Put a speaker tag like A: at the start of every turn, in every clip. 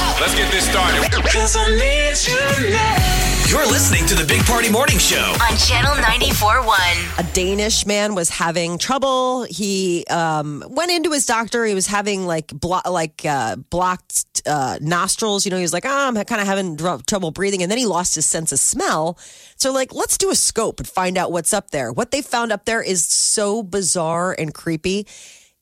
A: up.
B: Let's get this started.
C: You're listening to the Big Party Morning Show.
A: On Channel 94.1.
D: A Danish man was having trouble. He um, went into his doctor. He was having like blo- like uh, blocked uh, nostrils. You know, he was like, "Ah, I'm kind of having dr- trouble breathing, and then he lost his sense of smell. So, like, let's do a scope and find out what's up there. What they found up there is so bizarre and creepy.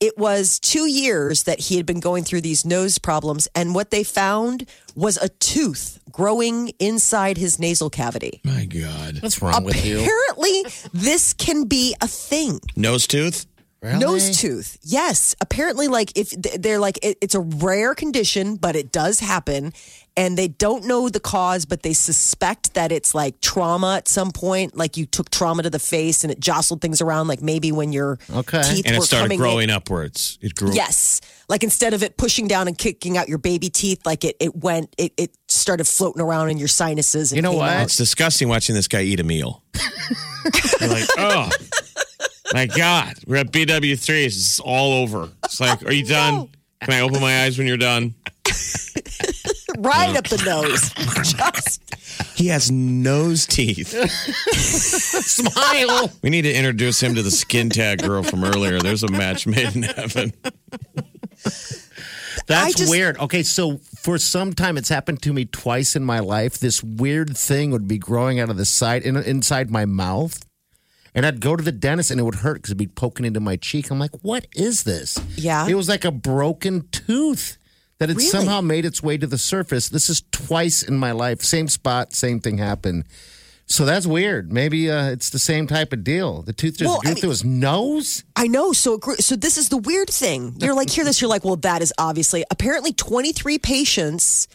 D: It was two years that he had been going through these nose problems, and what they found was a tooth growing inside his nasal cavity.
E: My God.
F: What's wrong with you?
D: Apparently, this can be a thing.
F: Nose tooth?
D: Nose tooth. Yes. Apparently, like, if th- they're like, it, it's a rare condition, but it does happen. And they don't know the cause, but they suspect that it's like trauma at some point. Like, you took trauma to the face and it jostled things around, like maybe when your
F: Okay.
D: teeth
F: And
D: were
F: it started
D: coming in.
F: growing upwards. It grew.
D: Yes. Like instead of it pushing down and kicking out your baby teeth, like it, it went, it, it started floating around in your sinuses. And
F: You know
D: came
F: what?
D: out.
F: It's disgusting watching this guy eat a meal. You're like, oh, my God. We're at BW3. It's all over. It's like, are you done? Can I open my eyes when you're done?
D: Right up the nose. Just.
F: He has nose teeth.
E: Smile.
F: We need to introduce him to the skin tag girl from earlier. There's a match made in heaven.
E: That's
D: just-
E: weird. Okay, so for some time, it's happened to me twice in my life. This weird thing would be growing out of the side in, inside my mouth, and I'd go to the dentist, and it would hurt because it'd be poking into my cheek. I'm like, "What is this?"
D: Yeah.
E: it was like a broken tooth that had
D: Really?
E: somehow made its way to the surface. This is twice in my life. Same spot, same thing happened. So that's weird. Maybe uh, it's the same type of deal. The tooth just
D: Well,
E: grew
D: I
E: through his nose.
D: I know. So it grew, so this is the weird thing. You're like hear this. You're like, well, that is obviously apparently 23 patients,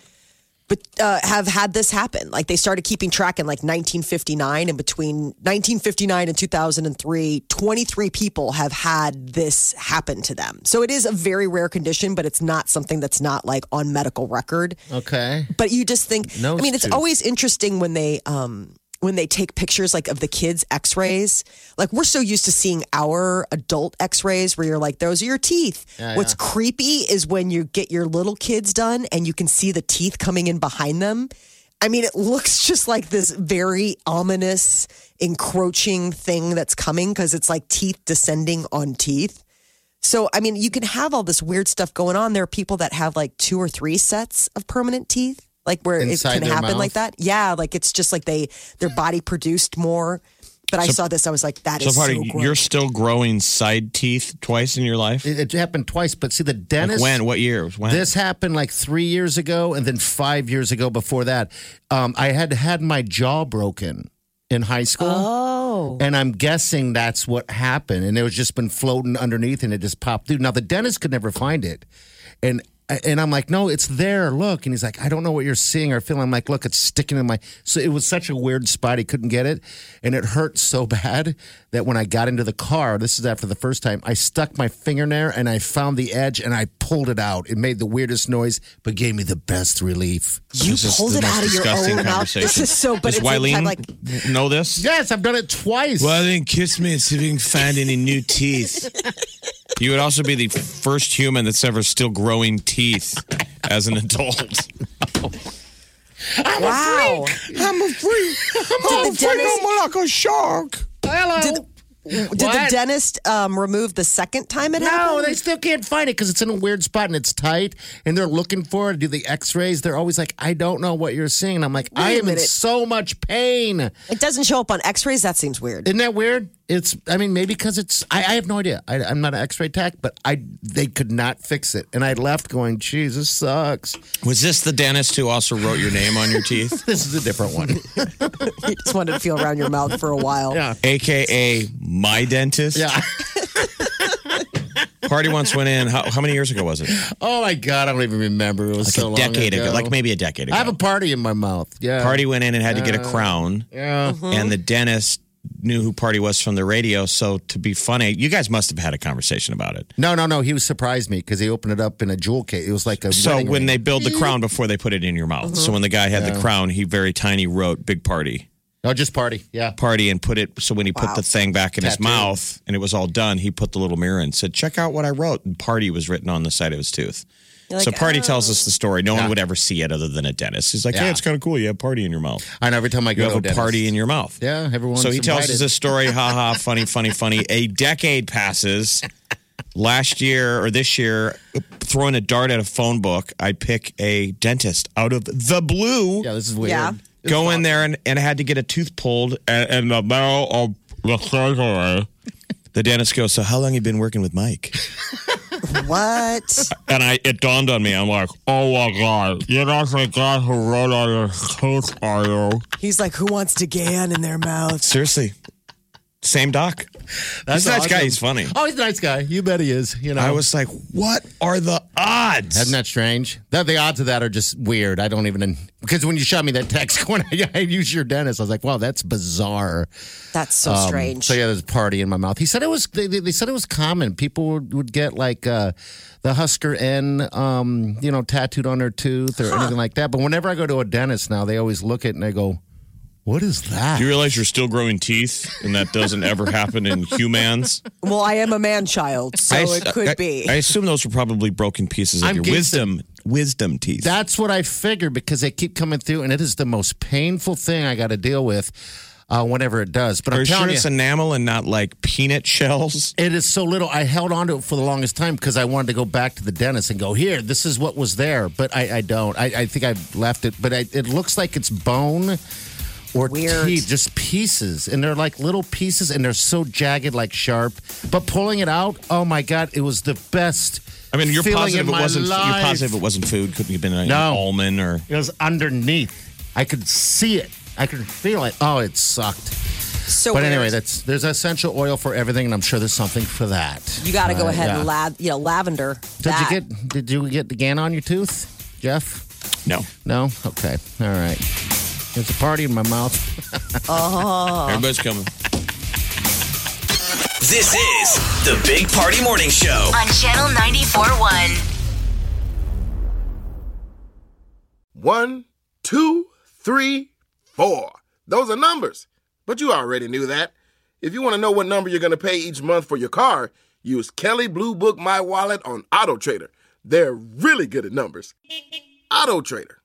D: but uh, have had this happen. Like they started keeping track in like 1959, and between 1959 and 2003, 23 people have had this happen to them. So it is a very rare condition, but it's not something that's not like on medical record
E: Okay.
D: but you just think
E: Nose
D: i mean it's
E: tube.
D: always interesting when they um when they take pictures like of the kids x-rays like we're so used to seeing our adult x-rays where you're like those are your teeth what's creepy is when you get your little kids done and you can see the teeth coming in behind them i mean it looks just like this very ominous encroaching thing that's coming because it's like teeth descending on teeth so, I mean, you can have all this weird stuff going on. There are people that have like two or three sets of permanent teeth, like where
E: Inside
D: it can
E: their
D: happen like
E: mouth?
D: that. Yeah, like it's just like they their body produced more. But I saw this, I was like, that
F: So
D: is so,
F: far, you're
D: gross.
F: still growing side teeth twice in your life?
E: It, it happened twice, but see, the
F: Like
E: dentist.
F: when? What year? When?
E: This happened like three years ago, and then five years ago before that. Um, I had had my jaw broken in high school. Oh. And I'm guessing that's what happened. And it was just been floating underneath, and it just popped through. Now, the dentist could never find it. And and I'm like, no, it's there. Look. And he's like, I don't know what you're seeing or feeling. I'm like, look, it's sticking in my. So it was such a weird spot. He couldn't get it. And it hurt so bad that when I got into the car, this is after the first time, I stuck my finger in there and I found the edge and I pulled it out. It made the weirdest noise, but gave me the best relief.
D: You
F: This is
D: pulled
F: the
D: it
F: most
D: out of your
F: disgusting
D: own mouth. Oh, This
F: conversation.
D: is so, but
F: Does
D: it's like,
F: Wileen
D: I'm like,
F: know this?
E: Yes, I've done it twice.
F: Well, then kiss me and see if you can find any new teeth. You would also be the first human that's ever still growing teeth as an adult.
D: wow.
E: I'm a freak.
D: Did
E: I'm
D: the dentist,
F: like a shark.
E: Hello.
D: did the
E: What?
D: dentist um, remove the second time it
E: No,
D: happened?
E: they still can't find it because it's in a weird spot and it's tight, and they're looking for it. Do the X-rays? They're always like, "I don't know what you're seeing." And I'm like, "I
D: Wait a
E: am in
D: minute.
E: so much pain."
D: It doesn't show up on x-rays. That seems weird.
E: Isn't that weird? It's, I mean, maybe because it's, I, I have no idea. I, I'm not an X-ray tech, but I they could not fix it, and I left going, "Jeez, this sucks."
F: Was this the dentist who also wrote your name on your teeth?
E: This is a different one.
D: You just wanted to feel around your mouth for a while.
E: Yeah.
F: AKA my dentist?
E: yeah,
F: Party once went in. How, how many years ago was it?
E: Oh my god, I don't even remember. It was
F: Like
E: so
F: a
E: long
F: decade ago.
E: ago.
F: Like maybe a decade ago.
E: I have a party in my mouth. Yeah,
F: Party went in and had to get a crown.
E: Yeah.
F: and the dentist knew who Party was from the radio. So to be funny, you guys must have had a conversation about it.
E: No, no, no. He was surprised me because he opened it up in a jewel case. It was like a.
F: So
E: wedding
F: when
E: ring.
F: they build the crown before they put it in your mouth. So when the guy had the crown, he very tiny wrote "Big Party."
E: oh, just party. Yeah.
F: Party and put it so when he put the thing back in his
E: Tattoo.
F: mouth and it was all done, he put the little mirror and said, Check out what I wrote. And party was written on the side of his tooth. so party tells us the story. No one would ever see it other than a dentist. He's like, Yeah,
E: Yeah.
F: it's kind of cool. You have party in your mouth.
E: I know. Every time I
F: You
E: go
F: have
E: to
F: a
E: dentist.
F: party in your mouth.
E: Yeah, everyone.
F: So he tells us
E: invited.
F: a story. Ha ha! Funny, funny, funny. A decade passes. Last year or this year, throwing a dart at a phone book, I pick a dentist out of the blue.
E: Yeah, this is weird.
D: Yeah.
F: go in there and, and I had to get a tooth pulled and, and the barrel of the surgery. The dentist goes, "So how long you been working with Mike?"
E: "Oh."
D: What?
F: And I it dawned on me. I'm like, "Oh my god, you're not the guy who wrote on his tooth, are you?"
D: He's like, who wants to gan in their mouth?
F: Seriously, same doc.
E: That's
F: He's a nice guy.
E: awesome.
F: He's funny.
E: Oh, he's a nice guy. You bet he is. You know.
F: I was like, what are the odds?
E: Isn't that strange? That the odds of that are just weird. I don't even because when you shot me that text when I, I used your dentist, I was like, wow, that's bizarre.
D: That's so
E: Um,
D: strange.
E: So yeah, there's a party in my mouth. He said it was. They, they they said it was common. People would, would get like uh, the Husker N, um, you know, tattooed on their tooth or anything like that. But whenever I go to a dentist now, they always look at it and they go, "What is that?"
F: you realize you're still growing teeth, and that doesn't ever happen in humans.
D: Well, I am a man child, so it could
F: I-
D: be.
F: I assume those are probably broken pieces of
E: I'm
F: your
E: guessing-
F: wisdom, wisdom teeth.
E: That's what I figured because they keep coming through, and it is the most painful thing I got to deal with. Uh, whenever it does, but
F: are
E: I'm
F: you sure
E: telling
F: it's
E: you,
F: enamel and not like peanut shells?
E: It is so little. I held on to it for the longest time because I wanted to go back to the dentist and go, here, this is what was there. But I, I don't. I, I think I've left it. But I, it looks like it's bone or
D: Weird.
E: teeth, just pieces. And they're like little pieces and they're so jagged, like sharp. But pulling it out, oh my God, it was the best.
F: I mean, you're
E: feeling
F: positive
E: in
F: it
E: my
F: wasn't. You're
E: life.
F: positive it wasn't food. Couldn't have been an
E: No.
F: almond or.
E: It was underneath. I could see it. I could feel it. Oh, it sucked.
D: so
E: But anyway,
D: weird.
E: that's there's essential oil for everything, and I'm sure there's something for that.
D: you got to go
E: Uh,
D: ahead and
E: yeah.
D: lav, you know, lavender.
E: Did you get did you get the gan on your tooth, Jeff?
F: No,
E: No? Okay. All right. There's a party in my mouth.
F: everybody's coming.
C: This is the Big Party Morning Show.
A: On Channel 94.1.
B: One, two, three, four. Those are numbers. But you already knew that. If you want to know what number you're going to pay each month for your car, use Kelly Blue Book My Wallet on Auto Trader. They're really good at numbers. Auto Trader.